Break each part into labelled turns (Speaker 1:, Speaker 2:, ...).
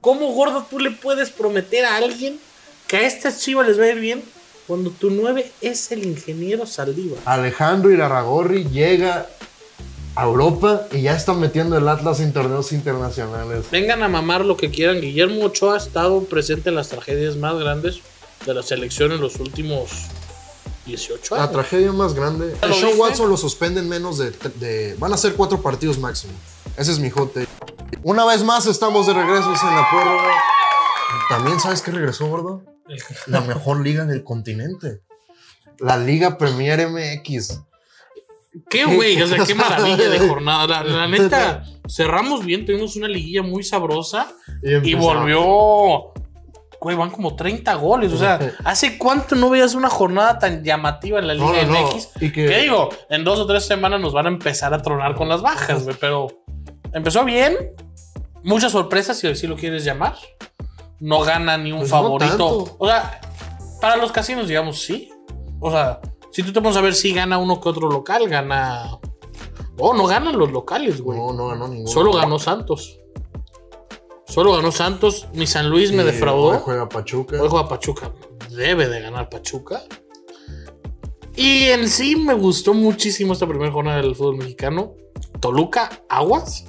Speaker 1: ¿Cómo gordo tú le puedes prometer a alguien que a estas chivas les va a ir bien cuando tu 9 es el ingeniero Saldívar?
Speaker 2: Alejandro Irarragorri llega a Europa y ya está metiendo el Atlas en torneos internacionales.
Speaker 1: Vengan a mamar lo que quieran. Guillermo Ochoa ha estado presente en las tragedias más grandes de la selección en los últimos 18
Speaker 2: La
Speaker 1: años.
Speaker 2: tragedia más grande.
Speaker 1: ¿Lo
Speaker 2: A Sean
Speaker 1: viste?
Speaker 2: Watson lo suspenden menos de, tre- de- Van a ser cuatro partidos máximo. Ese es mi hot take. Una vez más estamos de regresos en la prórroga. También sabes que regresó, gordo. La mejor liga del continente. La Liga Premier MX.
Speaker 1: Ah, Qué güey, o sea, qué maravilla de jornada. La, la neta, cerramos bien, tuvimos una liguilla muy sabrosa y
Speaker 2: empezó.
Speaker 1: volvió. Güey, van como 30 goles. O sea, ¿hace cuánto no veías una jornada tan llamativa en la
Speaker 2: No,
Speaker 1: Liga
Speaker 2: no, no.
Speaker 1: MX?
Speaker 2: Y
Speaker 1: ¿Qué
Speaker 2: que
Speaker 1: digo? En dos o tres semanas nos van a empezar a tronar con las bajas, güey. Pero empezó bien. Muchas sorpresas, si así lo quieres llamar. No gana ni un
Speaker 2: Pues no
Speaker 1: favorito.
Speaker 2: tanto.
Speaker 1: o sea, para los casinos, digamos, sí. O sea, si tú te pones a ver si gana uno que otro local, gana. No, no ganan los locales, güey.
Speaker 2: no, no ganó ninguno.
Speaker 1: Solo ganó Santos. Solo ganó Santos. Mi San Luis me
Speaker 2: Y
Speaker 1: defraudó.
Speaker 2: hoy juega Pachuca.
Speaker 1: Hoy juega Pachuca. Debe de ganar Pachuca. Y en sí me gustó muchísimo esta primera jornada del fútbol mexicano. Toluca, Aguas.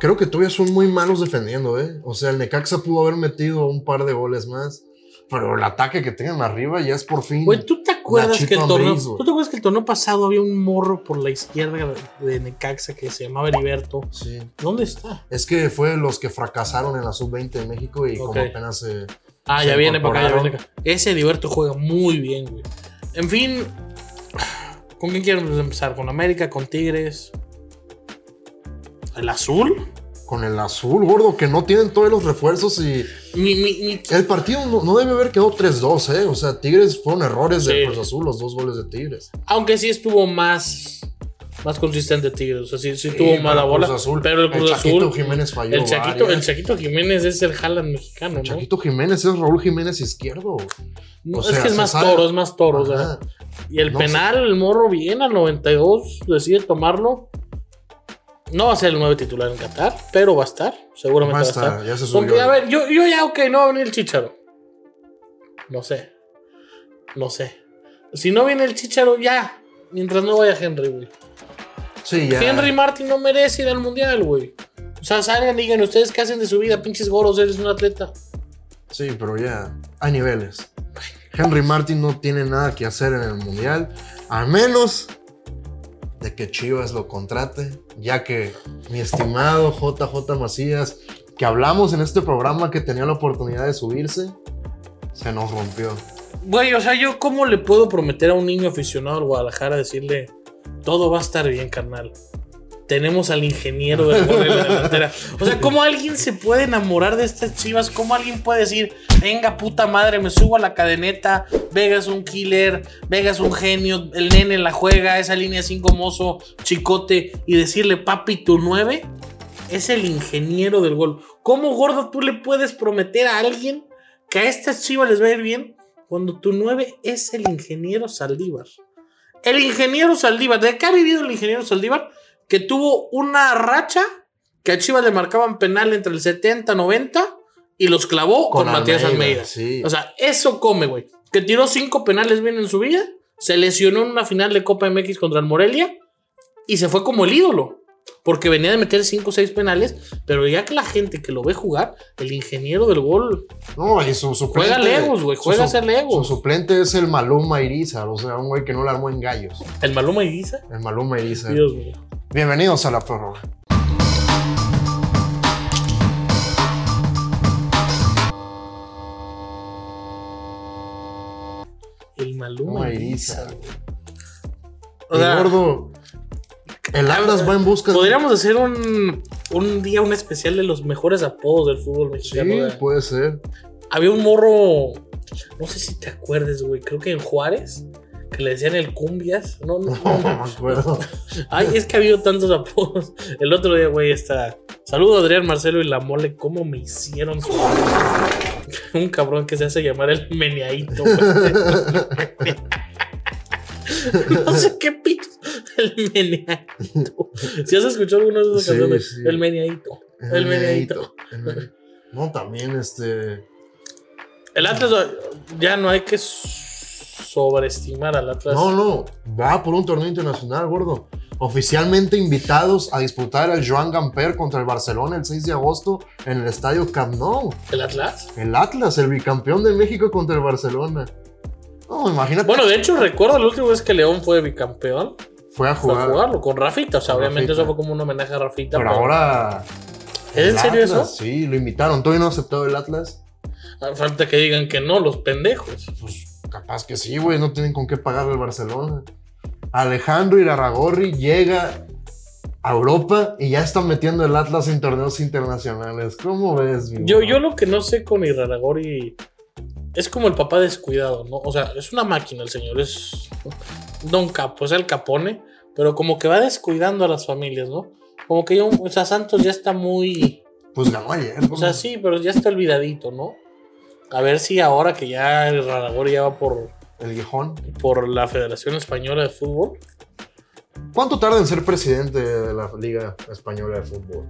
Speaker 2: Creo que todavía son muy malos defendiendo, ¿eh? O sea, el Necaxa pudo haber metido un par de goles más. Pero el ataque que tienen arriba ya es por fin.
Speaker 1: Güey, ¿tú te acuerdas
Speaker 2: Nachito
Speaker 1: que el
Speaker 2: Ambriz,
Speaker 1: torneo,
Speaker 2: güey.
Speaker 1: ¿tú te acuerdas que el torneo pasado había un morro por la izquierda de Necaxa que se llamaba Heriberto?
Speaker 2: Sí.
Speaker 1: ¿Dónde está?
Speaker 2: Es que fue de los que fracasaron en la sub-20 de México y
Speaker 1: Ok.
Speaker 2: como apenas eh, se...
Speaker 1: Ah,
Speaker 2: Se
Speaker 1: ya viene para acá, ya viene
Speaker 2: incorporaron.
Speaker 1: para acá. Ese Heriberto juega muy bien, güey. En fin, ¿con quién quieres empezar? ¿Con América? ¿Con Tigres? ¿El azul?
Speaker 2: Con el azul, gordo, que no tienen todos los refuerzos y...
Speaker 1: Mi, mi, mi-
Speaker 2: El partido no, no debe haber quedado 3-2, ¿eh? O sea, Tigres fueron errores
Speaker 1: Sí.
Speaker 2: de Cruz Azul, los dos goles de Tigres.
Speaker 1: Aunque sí estuvo más, más consistente Tigres. O sea, sí, sí
Speaker 2: Sí,
Speaker 1: tuvo
Speaker 2: pero
Speaker 1: mala
Speaker 2: Cruz
Speaker 1: bola.
Speaker 2: Azul-
Speaker 1: pero el
Speaker 2: el
Speaker 1: Cruz
Speaker 2: Chaquito
Speaker 1: Azul.
Speaker 2: Jiménez falló
Speaker 1: el, Chaquito,
Speaker 2: varias.
Speaker 1: el Chaquito Jiménez es el Haaland mexicano, ¿no?
Speaker 2: Chaquito Jiménez es Raúl Jiménez izquierdo.
Speaker 1: No,
Speaker 2: o
Speaker 1: es
Speaker 2: sea,
Speaker 1: que es
Speaker 2: se
Speaker 1: más
Speaker 2: sabe.
Speaker 1: toro, es más toro. o sea.
Speaker 2: Ajá.
Speaker 1: y el
Speaker 2: No
Speaker 1: penal, el morro bien al 92, decide tomarlo. No va a ser el nueve titular en Qatar, pero va a estar. Seguramente va a
Speaker 2: Basta,
Speaker 1: estar.
Speaker 2: ya se
Speaker 1: Porque,
Speaker 2: subió.
Speaker 1: a ver, yo, yo ya, ok, no va a venir el chicharo. No sé. No sé. Si no viene el chicharo, ya. Mientras no vaya Henry, güey.
Speaker 2: Sí, ya.
Speaker 1: Henry Martin no merece ir al mundial, güey. O sea, salgan, digan ustedes qué hacen de su vida, pinches goros, eres un atleta.
Speaker 2: Sí, pero ya hay niveles. Henry Martin no tiene nada que hacer en el Mundial, a menos de que Chivas lo contrate, ya que mi estimado JJ Macías, que hablamos en este programa que tenía la oportunidad de subirse, se nos rompió.
Speaker 1: Güey, o sea, yo cómo le puedo prometer a un niño aficionado al Guadalajara decirle, todo va a estar bien, carnal. Tenemos al ingeniero de la delantera. O sea, ¿cómo alguien se puede enamorar de estas chivas? ¿Cómo alguien puede decir, venga puta madre, me subo a la cadeneta? Vega es un killer, Vega es un genio, el nene la juega, esa línea 5 mozo, chicote, y decirle, papi, tu 9 es el ingeniero del gol. ¿Cómo gordo tú le puedes prometer a alguien que a estas chivas les va a ir bien cuando tu 9 es el ingeniero Saldívar? El ingeniero Saldívar, ¿de qué ha vivido el ingeniero Saldívar? Que tuvo una racha que a Chivas le marcaban penal entre el 70 90 y los clavó con, Matías Almeida.
Speaker 2: Sí.
Speaker 1: O sea, eso come, güey. Que tiró cinco penales bien en su vida, se lesionó en una final de Copa MX contra el Morelia y se fue como el ídolo. Porque venía de meter cinco o seis penales, pero ya que la gente que lo ve jugar, el ingeniero del gol,
Speaker 2: no, y su suplente.
Speaker 1: juega Legos, güey,
Speaker 2: su-
Speaker 1: juega a
Speaker 2: su-
Speaker 1: ser
Speaker 2: Su
Speaker 1: Legos.
Speaker 2: suplente es el Maluma Irizar, o sea, un güey que no la armó en gallos.
Speaker 1: el Maluma Ibiza.
Speaker 2: El Maluma Irizar.
Speaker 1: Dios mío.
Speaker 2: Bienvenidos a la prórroga.
Speaker 1: El Maluma
Speaker 2: Maluma
Speaker 1: Ibiza.
Speaker 2: Irizar.
Speaker 1: güey. O
Speaker 2: Y
Speaker 1: sea,
Speaker 2: gordo, el Atlas va en busca de
Speaker 1: podríamos hacer un, un día un especial de los mejores apodos del fútbol
Speaker 2: Sí, pues,
Speaker 1: mexicano. güey.
Speaker 2: puede ser.
Speaker 1: Había un morro, no sé si te acuerdes, güey, creo que en Juárez, que le decían el cumbias. No, no,
Speaker 2: No
Speaker 1: no.
Speaker 2: me acuerdo.
Speaker 1: Ay, es que ha habido tantos apodos. El otro día, güey, está. Saludo a Adrián Marcelo y la mole, ¿cómo me hicieron? su- Un cabrón que se hace llamar el meneadito, güey. No sé qué pito. El meneadito. Si has escuchado alguna de esas
Speaker 2: Sí,
Speaker 1: canciones,
Speaker 2: sí.
Speaker 1: el meneadito. El meneadito.
Speaker 2: El meneadito. No, también este.
Speaker 1: El Atlas ya no hay que sobreestimar al Atlas.
Speaker 2: No, no. Va por un torneo internacional, gordo. Oficialmente invitados a disputar el Joan Gamper contra el Barcelona el 6 de agosto en el estadio Camp Nou.
Speaker 1: ¿El Atlas?
Speaker 2: El Atlas, el bicampeón de México contra el Barcelona. No, imagínate.
Speaker 1: Bueno, de hecho, recuerdo la última vez que León fue bicampeón.
Speaker 2: fue a
Speaker 1: Fue a
Speaker 2: jugar.
Speaker 1: jugarlo con Rafita. O sea,
Speaker 2: Con
Speaker 1: obviamente
Speaker 2: Rafita.
Speaker 1: eso fue como un homenaje a Rafita.
Speaker 2: Pero ahora.
Speaker 1: ¿Es
Speaker 2: el
Speaker 1: en serio
Speaker 2: Atlas,
Speaker 1: eso?
Speaker 2: Sí, lo invitaron. Todavía no ha aceptado el Atlas.
Speaker 1: Falta que digan que no, los pendejos.
Speaker 2: Pues capaz que sí, güey. No tienen con qué pagarle al Barcelona. Alejandro Irarragorri llega a Europa y ya está metiendo el Atlas en torneos internacionales. ¿Cómo ves, mi
Speaker 1: Yo,
Speaker 2: bro?
Speaker 1: yo lo que no sé con Iraragori es como el papá descuidado, ¿no? O sea, es una máquina el señor, es Don Capo, es el Capone, pero como que va descuidando a las familias, ¿no? Como que yo, o sea, Santos ya está muy,
Speaker 2: Pues ganó ayer.
Speaker 1: o
Speaker 2: güey.
Speaker 1: sea, sí, pero ya está olvidadito, ¿no? A ver si ahora que ya Iraragori ya va por,
Speaker 2: El Gijón.
Speaker 1: por la Federación Española de Fútbol,
Speaker 2: ¿Cuánto tarda en ser presidente de la Liga Española de Fútbol?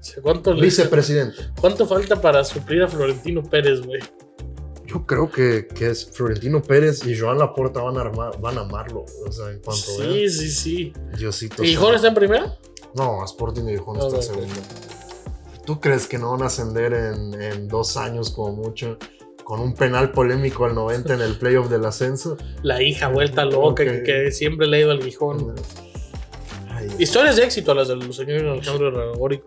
Speaker 1: ¿sí? ¿cuánto, le-
Speaker 2: Vicepresidente.
Speaker 1: ¿cuánto falta para suplir a Florentino Pérez, güey?
Speaker 2: Yo creo que, que es Florentino Pérez y Joan Laporta van a, armar- van a amarlo. O sea, en cuanto
Speaker 1: Sí, sí, sí.
Speaker 2: vean. Diosito.
Speaker 1: ¿Y Jorge está en primera?
Speaker 2: No, Sporting de Gijón
Speaker 1: No,
Speaker 2: está
Speaker 1: no,
Speaker 2: segundo. ¿Tú crees que no van a ascender en, en dos años como mucho? Con un penal polémico al 90 en el playoff del ascenso.
Speaker 1: La hija vuelta loca que,
Speaker 2: Ok.
Speaker 1: que siempre le ha ido al Gijón. güey.
Speaker 2: Ay,
Speaker 1: Historias de éxito las del señor Alejandro Ragori.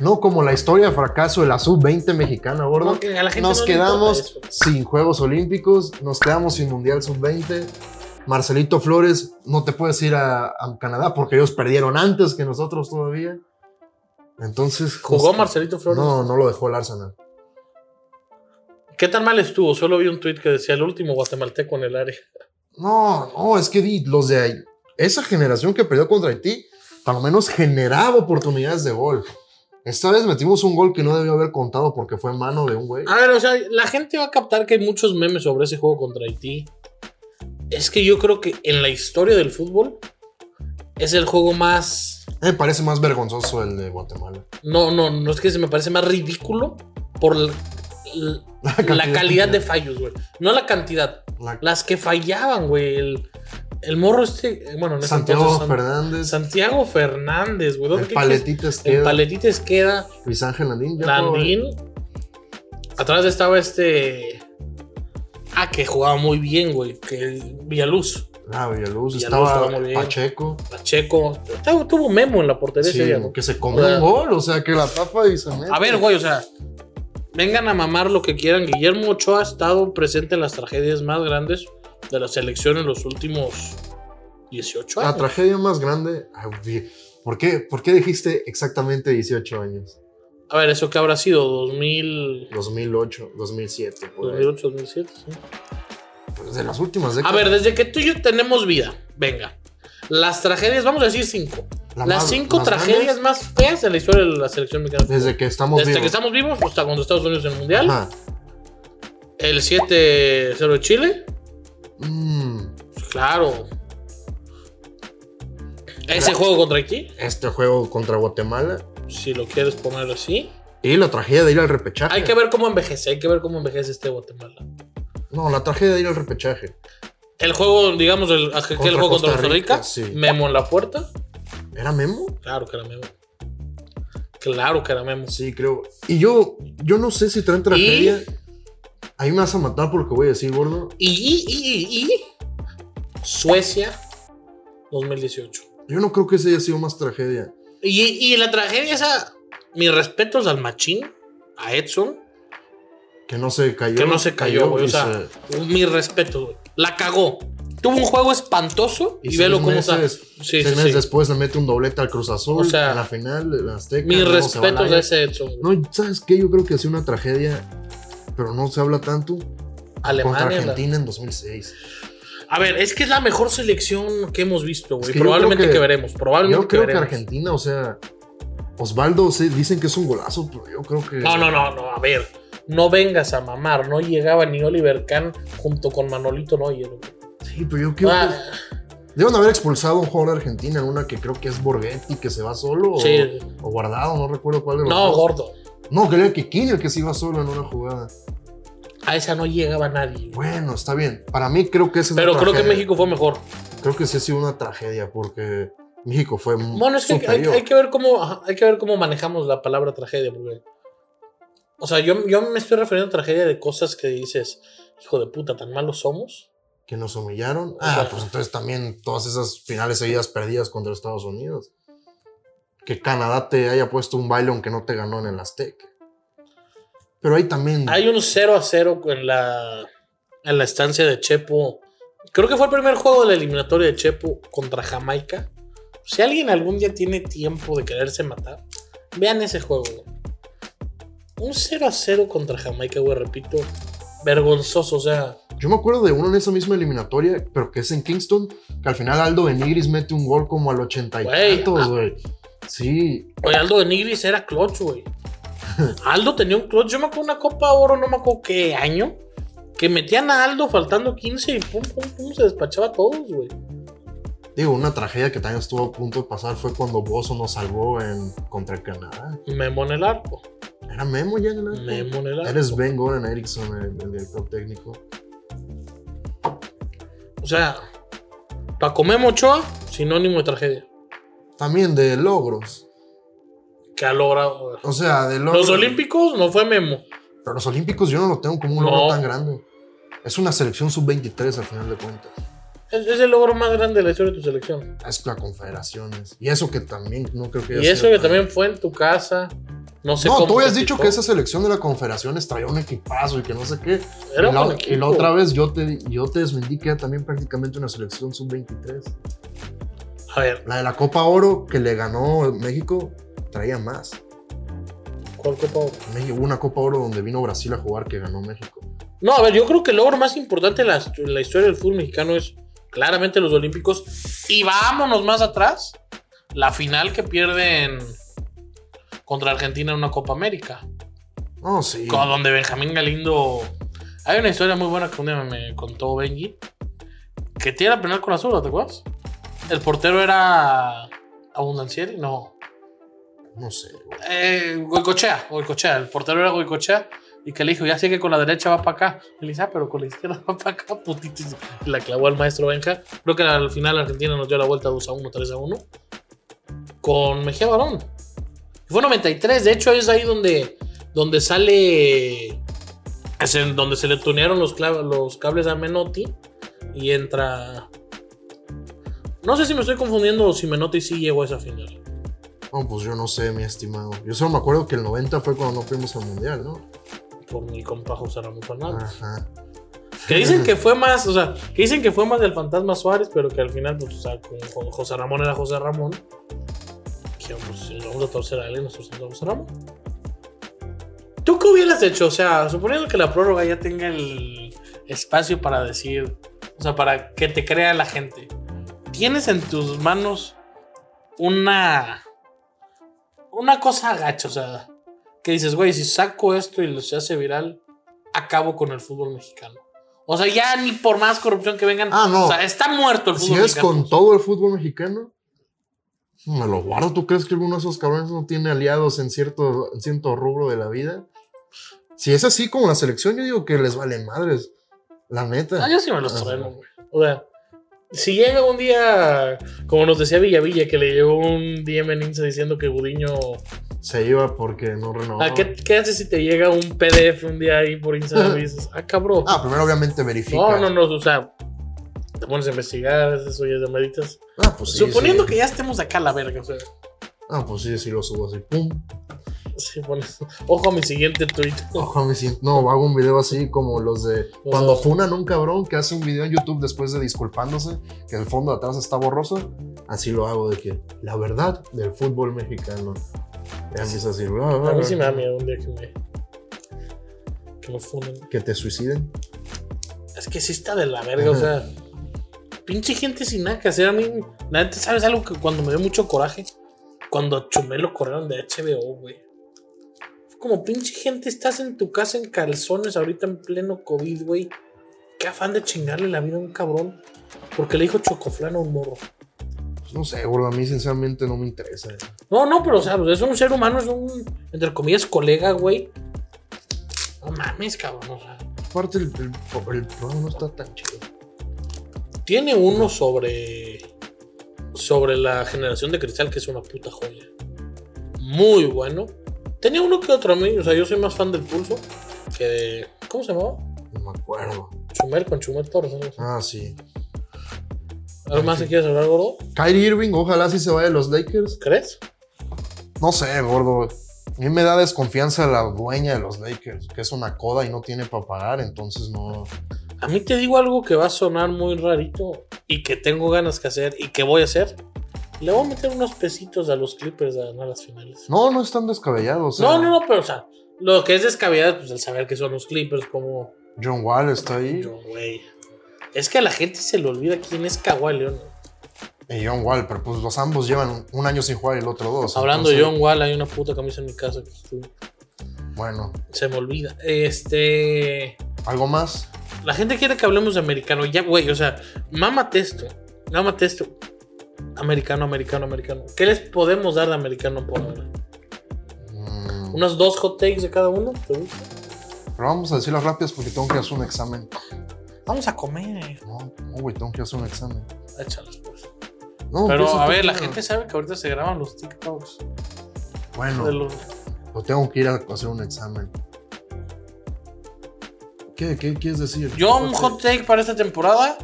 Speaker 2: no como la historia de fracaso de la sub-20 mexicana, gordo.
Speaker 1: Porque a la gente
Speaker 2: nos
Speaker 1: no le
Speaker 2: quedamos
Speaker 1: importa eso.
Speaker 2: sin Juegos Olímpicos, nos quedamos sin Mundial Sub-20. Marcelito Flores, no te puedes ir a, a Canadá porque ellos perdieron antes que nosotros todavía. Entonces.
Speaker 1: ¿Jugó
Speaker 2: pues,
Speaker 1: Marcelito Flores?
Speaker 2: No, no lo dejó el Arsenal.
Speaker 1: ¿Qué tan mal estuvo? Solo vi un tuit que decía el último guatemalteco en el área.
Speaker 2: No, no, es que di, los de ahí, esa generación que perdió contra Haití, por lo menos generaba oportunidades de gol. Esta vez metimos un gol que no debió haber contado porque fue mano de un güey.
Speaker 1: A ver, o sea, la gente va a captar que hay muchos memes sobre ese juego contra Haití. Es que yo creo que en la historia del fútbol es el juego más.
Speaker 2: Me parece más vergonzoso el de Guatemala.
Speaker 1: No, no, no es que se me parece más ridículo por la, la calidad de fallos, güey. No la cantidad,
Speaker 2: La-
Speaker 1: Las que fallaban, güey. El, el morro este. eh, Bueno, en ese
Speaker 2: Santiago
Speaker 1: entonces, San-
Speaker 2: Fernández.
Speaker 1: Santiago Fernández, güey. ¿Dónde-
Speaker 2: El
Speaker 1: qué-
Speaker 2: paletita
Speaker 1: qué- el
Speaker 2: Esqueda,
Speaker 1: paletites queda.
Speaker 2: Luis Ángel Landín. ya
Speaker 1: Landín. Atrás estaba este. Ah, que jugaba muy bien, güey. Que el Villaluz.
Speaker 2: fue- Ah, Villaluz.
Speaker 1: Villaluz
Speaker 2: Estaba
Speaker 1: jugaba muy bien.
Speaker 2: Pacheco.
Speaker 1: Pacheco. Tuvo- Tuvo Memo en la portería
Speaker 2: Sí,
Speaker 1: ese día, ¿no?
Speaker 2: que se comió
Speaker 1: Ahora-
Speaker 2: un gol. O sea, que la tapa y se mete.
Speaker 1: A ver, güey, o sea. Vengan a mamar lo que quieran. Guillermo Ochoa ha estado presente en las tragedias más grandes de la selección en los últimos 18
Speaker 2: La
Speaker 1: años.
Speaker 2: tragedia más grande. Ay, vi- ¿Por qué, ¿Por qué dijiste exactamente 18 años?
Speaker 1: A ver, ¿eso qué habrá sido? 2000.
Speaker 2: 2008, 2007. por ahí.
Speaker 1: 2008, 2007, sí.
Speaker 2: Pues de las últimas
Speaker 1: A
Speaker 2: décadas.
Speaker 1: ver, desde que tú y yo tenemos vida, venga. Las tragedias, vamos a decir cinco.
Speaker 2: La
Speaker 1: las
Speaker 2: más-
Speaker 1: cinco
Speaker 2: las
Speaker 1: tragedias más feas de la historia de la selección mexicana. Desde,
Speaker 2: Desde que estamos
Speaker 1: que
Speaker 2: vivos.
Speaker 1: estamos vivos, hasta cuando Estados Unidos en el Mundial.
Speaker 2: Ajá.
Speaker 1: El 7-0 de Chile. Pues,
Speaker 2: Mm,
Speaker 1: Claro. Ese
Speaker 2: La-
Speaker 1: juego contra aquí,
Speaker 2: este juego contra Guatemala.
Speaker 1: si lo quieres poner así.
Speaker 2: Y la tragedia de ir al repechaje.
Speaker 1: Hay que ver cómo envejece, hay que ver cómo envejece este Guatemala.
Speaker 2: No, la tragedia de ir al repechaje.
Speaker 1: El juego, digamos, el, aquel
Speaker 2: Contra
Speaker 1: juego contra
Speaker 2: Costa
Speaker 1: Costa Rica,
Speaker 2: Rica, sí.
Speaker 1: Memo en la puerta.
Speaker 2: ¿Era Memo?
Speaker 1: Claro que era Memo. Claro que era Memo.
Speaker 2: Sí, creo. Y yo, yo no sé si traen tragedia. Ahí me vas a matar porque voy a decir, gordo.
Speaker 1: Y, y, y, y, y Suecia 2018.
Speaker 2: Yo no creo que ese haya sido más tragedia.
Speaker 1: Y, y la tragedia esa, mis respetos al Machín, a Edson,
Speaker 2: Que no se cayó.
Speaker 1: que no se cayó, güey. O
Speaker 2: y
Speaker 1: sea,
Speaker 2: se-
Speaker 1: mis respetos, güey. La cagó. Tuvo un juego espantoso y, velo
Speaker 2: seis
Speaker 1: cómo está.
Speaker 2: meses-
Speaker 1: Sí,
Speaker 2: seis
Speaker 1: sí,
Speaker 2: meses
Speaker 1: sí.
Speaker 2: después le mete un doblete al Cruz Azul.
Speaker 1: O sea,
Speaker 2: en la final, el Azteca.
Speaker 1: Mis
Speaker 2: luego se va al
Speaker 1: respetos a
Speaker 2: Ajax.
Speaker 1: ese Edson, güey.
Speaker 2: No, ¿sabes qué? Yo creo que ha sido una tragedia, pero no se habla tanto. contra
Speaker 1: Alemania. la-
Speaker 2: Argentina en 2006.
Speaker 1: A ver, es que es la mejor selección que hemos visto, güey.
Speaker 2: Es que yo
Speaker 1: probablemente
Speaker 2: creo
Speaker 1: que,
Speaker 2: que-
Speaker 1: veremos.
Speaker 2: Yo
Speaker 1: Probablemente que
Speaker 2: creo que
Speaker 1: veremos.
Speaker 2: Argentina, o sea, Osvaldo sí, dicen que es un golazo, pero yo creo que.
Speaker 1: No, no, no, no, a ver. No vengas a mamar, no llegaba ni Oliver Kahn junto con Manolito Neuer. güey.
Speaker 2: Sí, pero yo creo que.
Speaker 1: Ah,
Speaker 2: Deben haber expulsado a un jugador de Argentina en una que creo que es Borghetti, que se va solo. o-
Speaker 1: sí.
Speaker 2: O, guardado, no recuerdo cuál de los
Speaker 1: No,
Speaker 2: dos.
Speaker 1: gordo.
Speaker 2: No, que era Kikini el que se iba solo en una jugada.
Speaker 1: A esa no llegaba nadie. güey.
Speaker 2: Bueno, está bien. Para mí creo que es una
Speaker 1: Pero creo que
Speaker 2: tragedia.
Speaker 1: México fue mejor.
Speaker 2: Creo que sí ha sido una tragedia porque México fue
Speaker 1: Bueno, es que hay,
Speaker 2: superior.
Speaker 1: hay que ver cómo, ajá, hay que ver cómo manejamos la palabra tragedia, porque. O sea, yo, yo me estoy refiriendo a tragedia de cosas que dices, hijo de puta, tan malos somos.
Speaker 2: que nos humillaron.
Speaker 1: O
Speaker 2: Ah,
Speaker 1: sea-
Speaker 2: pues entonces también todas esas finales seguidas perdidas contra Estados Unidos. Que Canadá te haya puesto un baile aunque no te ganó en el Azteca. Pero ahí también.
Speaker 1: Hay un 0 a 0 en la, en la estancia de Chepo. Creo que fue el primer juego de la eliminatoria de Chepo contra Jamaica. Si alguien algún día tiene tiempo de quererse matar, vean ese juego. güey. Un 0 a 0 contra Jamaica, güey, repito. Vergonzoso, o sea.
Speaker 2: Yo me acuerdo de uno en esa misma eliminatoria, pero que es en Kingston, que al final Aldo Benigris mete un gol como al ochenta y
Speaker 1: Güey,
Speaker 2: tantos,
Speaker 1: ah.
Speaker 2: güey. Sí,
Speaker 1: Oye, Aldo de Nigris era clutch, güey. Aldo tenía un clutch. Yo me acuerdo una Copa Oro, no me acuerdo qué año, que metían a Aldo faltando 15 y pum, pum, pum, se despachaba a todos, güey.
Speaker 2: digo, una tragedia que también estuvo a punto de pasar fue cuando Bozo nos salvó en contra Canadá.
Speaker 1: Memo en el arco.
Speaker 2: Era Memo ya en el arco.
Speaker 1: Memo en el arco.
Speaker 2: Eres Ben Goran Erickson, el, el director técnico.
Speaker 1: O sea, Paco Memo Ochoa, sinónimo de tragedia.
Speaker 2: También de logros.
Speaker 1: Que ha logrado. güey.
Speaker 2: O sea, de logros.
Speaker 1: Los Olímpicos no fue Memo.
Speaker 2: Pero los Olímpicos yo no lo tengo como un logro
Speaker 1: No.
Speaker 2: tan grande. Es una selección sub-23 al final de cuentas.
Speaker 1: Es, es el logro más grande de la historia de tu selección.
Speaker 2: Es la confederaciones. Y eso que también no creo que haya
Speaker 1: Y eso
Speaker 2: sido
Speaker 1: que
Speaker 2: tan-
Speaker 1: también fue en tu casa. No sé
Speaker 2: No,
Speaker 1: cómo
Speaker 2: tú habías
Speaker 1: se
Speaker 2: dicho
Speaker 1: quitó.
Speaker 2: que esa selección de la Confederaciones traía un equipazo y que no sé qué.
Speaker 1: Era
Speaker 2: y, la,
Speaker 1: un buen
Speaker 2: y
Speaker 1: equipo.
Speaker 2: la otra vez yo te, yo te desmentí que era también prácticamente una selección sub-23.
Speaker 1: A ver,
Speaker 2: La de la Copa Oro que le ganó México traía más.
Speaker 1: ¿cuál Copa Oro?
Speaker 2: México, hubo una Copa Oro donde vino Brasil a jugar que ganó México.
Speaker 1: No, a ver, yo creo que el logro más importante en la, en la historia del fútbol mexicano es claramente los Olímpicos. Y vámonos más atrás, la final que pierden contra Argentina en una Copa América.
Speaker 2: No, sí.
Speaker 1: Con- donde Benjamín Galindo... Hay una historia muy buena que un día me me contó Benji, que tira la penal con la zurda, ¿te acuerdas? El portero era Abundancieri, no.
Speaker 2: No sé. güey.
Speaker 1: Eh, Goicochea, Goicochea, el portero era Goicochea y que le dijo, ya sé que con la derecha va para acá. Y le dice, ah, pero con la izquierda va para acá, putito. Y la clavó al maestro Benja. Creo que al final Argentina nos dio la vuelta 2 a 1, 3 a 1. Con Mejía Barón. Y fue 93, de hecho es ahí donde, donde sale... Es en donde se le tunearon los, cla- los cables a Menotti y entra... No sé si me estoy confundiendo o si Menotti sí llegó a esa final.
Speaker 2: No, pues yo no sé, mi estimado. Yo solo me acuerdo que el 90 fue cuando no fuimos al Mundial, ¿no?
Speaker 1: Por mi compa José Ramón Fernández.
Speaker 2: Ajá.
Speaker 1: Que dicen que fue más, o sea, que dicen que fue más del fantasma Suárez, pero que al final, pues, o sea, con, con José Ramón era José Ramón. Que pues, si nos vamos a torcer a alguien, nos torcemos a José Ramón. ¿Tú qué hubieras hecho? O sea, suponiendo que la prórroga ya tenga el espacio para decir, o sea, para que te crea la gente. Tienes en tus manos una. Una cosa gacha, o sea, que dices, güey, si saco esto y lo se hace viral, acabo con el fútbol mexicano. O sea, ya ni por más corrupción que vengan.
Speaker 2: Ah, no.
Speaker 1: O sea, está muerto el
Speaker 2: Si
Speaker 1: fútbol
Speaker 2: es
Speaker 1: mexicano.
Speaker 2: con todo el fútbol mexicano, me lo guardo. ¿Tú crees que alguno de esos cabrones no tiene aliados en cierto, en cierto rubro de la vida? Si es así como la selección, yo digo que les valen madres. La neta.
Speaker 1: Ah, yo sí me los trueno, güey. O sea, si llega un día, como nos decía Villavilla, que le llegó un DM en Insta diciendo que Gudiño.
Speaker 2: Se iba porque no renovó.
Speaker 1: Ah, ¿qué, qué haces si te llega un PDF un día ahí por Insta y dices, ah, cabrón?
Speaker 2: Ah, primero obviamente verifica.
Speaker 1: no, no, no, o sea, te pones a investigar, eso ya de meditas.
Speaker 2: Ah, pues sí,
Speaker 1: Suponiendo
Speaker 2: sí.
Speaker 1: que ya estemos acá a la verga, o sea,
Speaker 2: Ah, pues sí, sí lo subo así. Pum.
Speaker 1: sí, pones- ojo a mi siguiente tweet.
Speaker 2: Ojo, me siento- No, hago un video así como los de cuando funan un cabrón que hace un video en YouTube después de disculpándose, que el fondo de atrás está borroso. Así lo hago de que la verdad del fútbol mexicano. Ya empieza así. bla, bla,
Speaker 1: A mí
Speaker 2: bla,
Speaker 1: sí me da miedo un día que me. que me funden.
Speaker 2: Que te suiciden.
Speaker 1: Es que sí está de la verga, o
Speaker 2: Ajá.
Speaker 1: sea. Pinche gente sin nada que hacer. A mí, la neta, ¿sabes algo que cuando me dio mucho coraje? Cuando a Chumelo corrieron de HBO, güey. Fue Como pinche gente, estás en tu casa en calzones ahorita en pleno COVID, güey. Qué afán de chingarle la vida a un cabrón. Porque le dijo chocoflán a un morro.
Speaker 2: Pues No sé, gordo, a mí sinceramente no me interesa.
Speaker 1: No, no, pero o sea, pues, es un ser humano, es un, entre comillas, colega, güey. No mames, cabrón. o sea,
Speaker 2: Aparte, el, el, el programa no está tan chido.
Speaker 1: tiene uno sobre. Sobre la generación de cristal, que es una puta joya. Muy bueno. Tenía uno que otro a mí, o sea, yo soy más fan del pulso que de. ¿Cómo se llamaba?
Speaker 2: No me acuerdo.
Speaker 1: Chumel con Chumel Torres. algo así.
Speaker 2: Ah, sí.
Speaker 1: ¿Algo más que quieres hablar, gordo?
Speaker 2: Kyrie Irving, ojalá sí se vaya de los Lakers.
Speaker 1: ¿Crees?
Speaker 2: No sé, gordo. A mí me da desconfianza la dueña de los Lakers, que es una coda y no tiene para pagar, entonces no.
Speaker 1: A mí te digo algo que va a sonar muy rarito y que tengo ganas que hacer y que voy a hacer. Le voy a meter unos pesitos a los Clippers a ganar las finales.
Speaker 2: No, no es tan descabellado. o sea,
Speaker 1: No, no, no, pero o sea, lo que es descabellado, pues el saber que son los Clippers, como
Speaker 2: John Wall está ahí.
Speaker 1: yo, güey. Es que a la gente se le olvida quién es Kawhi Leonard.
Speaker 2: Y John Wall, pero pues los ambos llevan un año sin jugar y el otro dos.
Speaker 1: Hablando de
Speaker 2: entonces,
Speaker 1: John Wall, hay una puta camisa en mi casa que estoy-
Speaker 2: Bueno,
Speaker 1: se me olvida. Este.
Speaker 2: ¿algo más?
Speaker 1: La gente quiere que hablemos de americano. Ya, güey, o sea, mámate esto. Mámate esto. Americano, americano, americano. ¿Qué les podemos dar de americano por ahora?
Speaker 2: Mm,
Speaker 1: ¿Unos dos hot takes de cada uno? ¿Te gusta?
Speaker 2: Pero vamos a decir las rápidas porque tengo que hacer un examen.
Speaker 1: Vamos a comer.
Speaker 2: No, no, güey, tengo que hacer un examen.
Speaker 1: Échalas, pues.
Speaker 2: No,
Speaker 1: Pero
Speaker 2: empieza
Speaker 1: a
Speaker 2: tú
Speaker 1: ver, la
Speaker 2: primero.
Speaker 1: gente sabe que ahorita se graban los TikToks.
Speaker 2: Bueno,
Speaker 1: De los...
Speaker 2: o tengo que ir a hacer un examen. ¿Qué, qué quieres decir?
Speaker 1: Yo un hot take para esta temporada.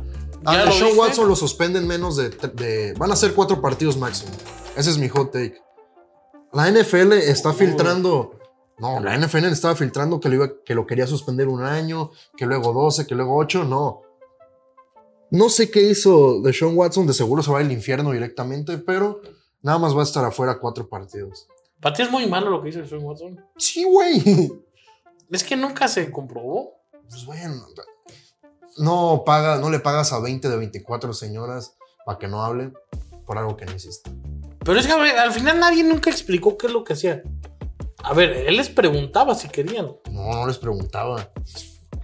Speaker 2: A
Speaker 1: ya lo
Speaker 2: Ah, Sean
Speaker 1: dije.
Speaker 2: Watson lo suspenden menos de, tre- de- Van a ser cuatro partidos máximo. Ese es mi hot take. La NFL está
Speaker 1: Uy.
Speaker 2: filtrando. No, la NFL estaba filtrando que lo, iba- que lo quería suspender un año, que luego 12, que luego 8. No. No sé qué hizo de Sean Watson. De seguro se va al infierno directamente, pero nada más va a estar afuera cuatro partidos.
Speaker 1: Para ti es muy malo lo que hizo el Sean Watson.
Speaker 2: Sí, güey.
Speaker 1: Es que nunca se comprobó.
Speaker 2: Pues bueno. No, paga, no le pagas a 20 de 24 señoras para que no hablen por algo que no hiciste.
Speaker 1: Pero es que a ver, al final nadie nunca explicó qué es lo que hacía. A ver, él les preguntaba si querían.
Speaker 2: No, no les preguntaba.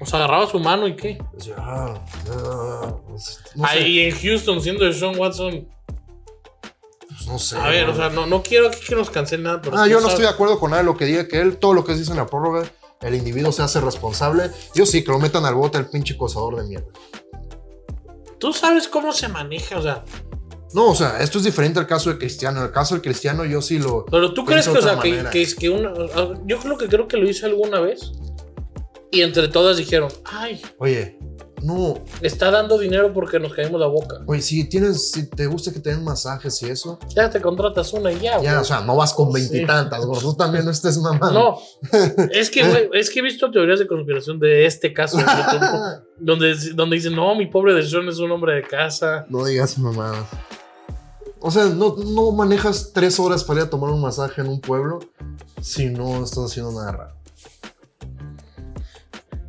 Speaker 1: O sea, agarraba su mano y qué.
Speaker 2: Decía, ah, ah, pues, no sé.
Speaker 1: Ahí en Houston, siendo de Sean Watson.
Speaker 2: Pues, no sé.
Speaker 1: A ver,
Speaker 2: güey.
Speaker 1: o sea, no, no quiero aquí que nos cancelen nada. Pero
Speaker 2: Ah,
Speaker 1: tú
Speaker 2: yo no
Speaker 1: sabes-
Speaker 2: estoy de acuerdo con nada de lo que diga que él, todo lo que se dice en la prórroga, el individuo se hace responsable. Yo sí, que lo metan al bote al pinche cosador de mierda.
Speaker 1: Tú sabes cómo se maneja, o sea.
Speaker 2: No, o sea, esto es diferente al caso de Cristiano. En el caso de Cristiano, yo sí lo.
Speaker 1: Pero tú crees
Speaker 2: pienso
Speaker 1: que, o
Speaker 2: de
Speaker 1: sea,
Speaker 2: otra
Speaker 1: que,
Speaker 2: manera.
Speaker 1: que es que una. Yo creo que creo que lo hizo alguna vez. Y entre todas dijeron, ay,
Speaker 2: Oye, no,
Speaker 1: está dando dinero porque nos caemos la boca.
Speaker 2: oye, si tienes, si te gusta que te den masajes y eso,
Speaker 1: Ya te contratas una y ya,
Speaker 2: ya, o
Speaker 1: güey.
Speaker 2: sea, no vas con
Speaker 1: Sí.
Speaker 2: veintitantas, gordo. Tú también no estés mamando.
Speaker 1: No, es que, güey, es que he visto teorías de conspiración de este caso en YouTube,
Speaker 2: Ah,
Speaker 1: donde, donde dicen, no, mi pobre Deshaun es un hombre de casa.
Speaker 2: No digas mamadas. O sea, no, no manejas tres horas para ir a tomar un masaje en un pueblo si no estás haciendo nada raro.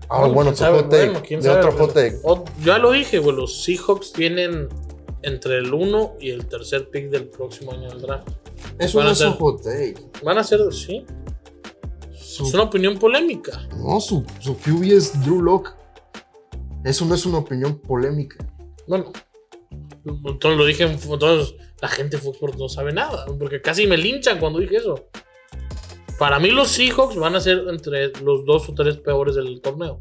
Speaker 2: Ah,
Speaker 1: Bueno,
Speaker 2: bueno,
Speaker 1: quién
Speaker 2: tu
Speaker 1: sabe,
Speaker 2: hot take.
Speaker 1: bueno, quién
Speaker 2: de
Speaker 1: sabe, pues,
Speaker 2: otro
Speaker 1: pero-
Speaker 2: hot take.
Speaker 1: O- ya lo dije, güey, los Seahawks tienen entre el 1 y el tercer pick del próximo año del draft.
Speaker 2: Eso no es
Speaker 1: ser-
Speaker 2: un hot take.
Speaker 1: Van a ser, sí,
Speaker 2: Su-
Speaker 1: es una opinión polémica.
Speaker 2: no, su, su QB es Drew Locke. Eso no es una opinión polémica.
Speaker 1: Bueno, entonces lo dije, en- entonces la gente de Foxport no sabe nada, porque casi me linchan cuando dije eso. Para mí los Seahawks van a ser entre los dos o tres peores del torneo.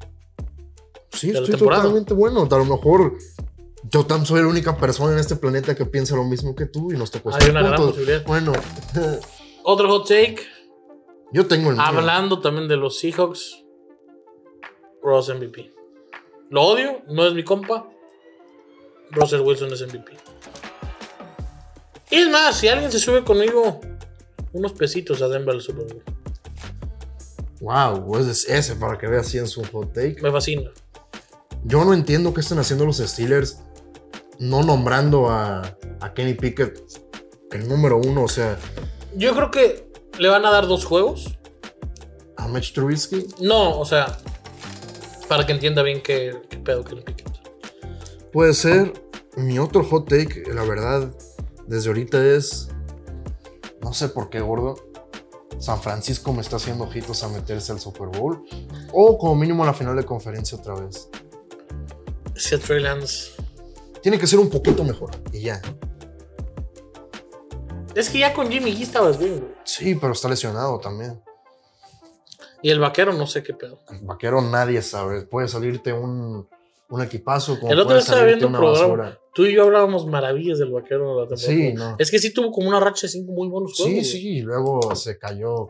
Speaker 2: Sí,
Speaker 1: De la
Speaker 2: estoy
Speaker 1: temporada.
Speaker 2: totalmente bueno. A lo mejor yo tan soy la única persona en este planeta que piensa lo mismo que tú y nos te cuesta
Speaker 1: Hay una gran
Speaker 2: Pues puntos.
Speaker 1: posibilidad.
Speaker 2: Bueno,
Speaker 1: Otro hot take,
Speaker 2: yo tengo el mío.
Speaker 1: hablando también de los Seahawks, Ross MVP. Lo odio, no es mi compa. Russell Wilson es MVP. Y es más, si alguien se sube conmigo, unos pesitos a Denver al Super Bowl.
Speaker 2: Wow, pues es ese para que veas si es un hot take.
Speaker 1: Me fascina.
Speaker 2: Yo no entiendo qué están haciendo los Steelers no nombrando a, a Kenny Pickett el número uno, o sea,
Speaker 1: Yo creo que le van a dar dos juegos.
Speaker 2: a Mitch Trubisky.
Speaker 1: No, o sea, para que entienda bien qué, qué pedo que le piquen.
Speaker 2: Puede ser mi otro hot take, la verdad, desde ahorita es. No sé por qué, gordo. San Francisco me está haciendo ojitos a meterse al Super Bowl. O como mínimo a la final de conferencia otra vez.
Speaker 1: Si a Trey Lance
Speaker 2: Tiene que ser un poquito mejor. Y ya.
Speaker 1: Es que ya con Jimmy G estabas bien, güey.
Speaker 2: Sí, pero está lesionado también.
Speaker 1: Y el vaquero no sé qué pedo.
Speaker 2: El vaquero nadie sabe. Puede salirte un, un equipazo. Como
Speaker 1: El otro
Speaker 2: puede
Speaker 1: día estaba
Speaker 2: salirte
Speaker 1: viendo un
Speaker 2: una
Speaker 1: programa.
Speaker 2: basura.
Speaker 1: Tú y yo hablábamos maravillas del vaquero la temporada.
Speaker 2: Sí, no.
Speaker 1: Es que sí tuvo como una racha de cinco muy buenos juegos.
Speaker 2: Sí,
Speaker 1: güey.
Speaker 2: sí, y luego se cayó.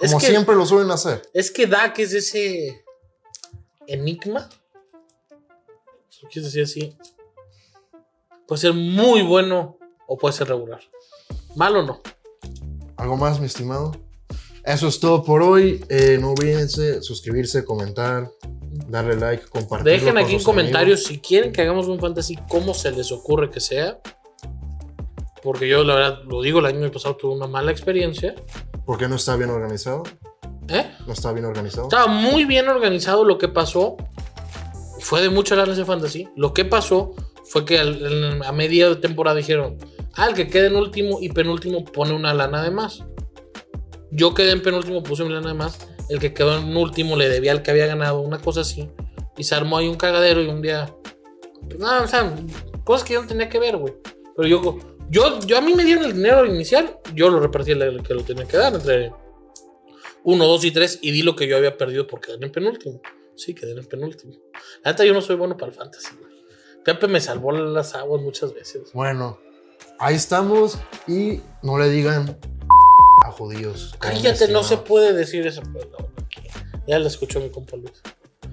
Speaker 1: Es
Speaker 2: Como
Speaker 1: que-
Speaker 2: siempre lo suelen hacer.
Speaker 1: Es que Dak es ese enigma. Si lo quieres decir así. Puede ser muy bueno o puede ser regular. Malo no.
Speaker 2: ¿Algo más, mi estimado? Eso es todo por hoy. Eh, no olvídense suscribirse, comentar, darle like, compartir.
Speaker 1: Dejen aquí en comentarios si quieren que hagamos un fantasy, cómo se les ocurre que sea. Porque yo, la verdad, lo digo, el año pasado tuve una mala experiencia.
Speaker 2: ¿Por qué no está bien organizado?
Speaker 1: ¿Eh?
Speaker 2: ¿No está bien organizado?
Speaker 1: Estaba muy bien organizado lo que pasó. Fue de mucha lana ese fantasy. Lo que pasó fue que al- en- a media de temporada dijeron, al que quede en último y penúltimo pone una lana de más. Yo quedé en penúltimo, puse una lana de más. El que quedó en último le debía al que había ganado, una cosa así. Y se armó ahí un cagadero y un día... pues, nada, o sea, cosas que yo no tenía que ver, güey. Pero yo, yo, yo a mí me dieron el dinero inicial, yo lo repartí el que lo tenía que dar entre 1, 2 y 3 y di lo que yo había perdido por quedar en penúltimo. Sí, quedé en penúltimo. La neta, yo no soy bueno para el fantasy, güey. Pepe me salvó las aguas muchas veces.
Speaker 2: Bueno, ahí estamos y no le digan a judíos. como mi
Speaker 1: Cállate, no se
Speaker 2: estimado.
Speaker 1: puede decir esa palabra. aquí. Ya la escuchó mi compa Luis.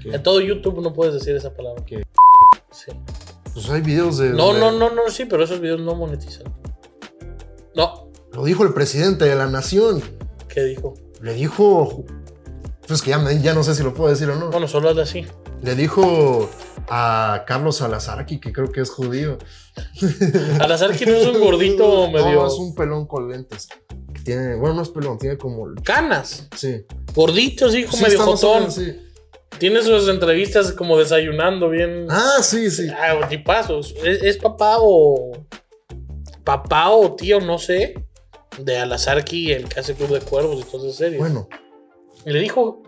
Speaker 2: ¿Qué?
Speaker 1: En todo YouTube no puedes decir esa palabra.
Speaker 2: ¿Qué?
Speaker 1: Sí.
Speaker 2: Pues hay videos de.
Speaker 1: No,
Speaker 2: donde-
Speaker 1: no, no, no, sí, pero esos videos no monetizan. No,
Speaker 2: Lo dijo el presidente de la nación.
Speaker 1: ¿qué dijo?
Speaker 2: Le dijo. Pues que ya, me- ya no sé si lo puedo decir o no.
Speaker 1: Bueno, solo hazle así.
Speaker 2: Le dijo a Carlos Salazar aquí, que creo que es judío.
Speaker 1: Al azar que no es un gordito medio.
Speaker 2: No, es un pelón con lentes. Que Tiene, bueno, no es pelón, tiene como.
Speaker 1: Canas.
Speaker 2: Sí.
Speaker 1: Gorditos, hijo,
Speaker 2: Sí,
Speaker 1: medio
Speaker 2: está más o
Speaker 1: jotón.
Speaker 2: menos, sí.
Speaker 1: Tiene sus entrevistas como desayunando bien.
Speaker 2: Ah, sí, sí.
Speaker 1: Ah, tipazos. ¿Es, es papá o. Papá o tío, no sé. De Alazarki, el que hace Club de Cuervos y cosas serias.
Speaker 2: Bueno.
Speaker 1: Y le dijo.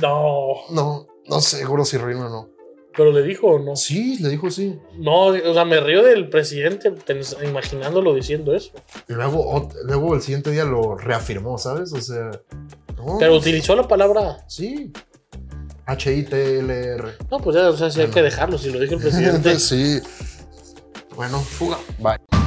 Speaker 1: No, no.
Speaker 2: no, no seguro si reino o no.
Speaker 1: Pero le dijo o no.
Speaker 2: Sí, le dijo sí.
Speaker 1: No, o sea, me río del presidente pens- imaginándolo diciendo eso.
Speaker 2: Y luego, ot- luego el siguiente día lo reafirmó, ¿sabes? O sea. no,
Speaker 1: Pero utilizó la palabra.
Speaker 2: Sí. H-I-T-L-R. Ah.
Speaker 1: No, pues ya, o sea, sí hay
Speaker 2: Bueno. Pues
Speaker 1: que dejarlo. Si lo dijo el presidente.
Speaker 2: sí. Bueno, fuga. Bye.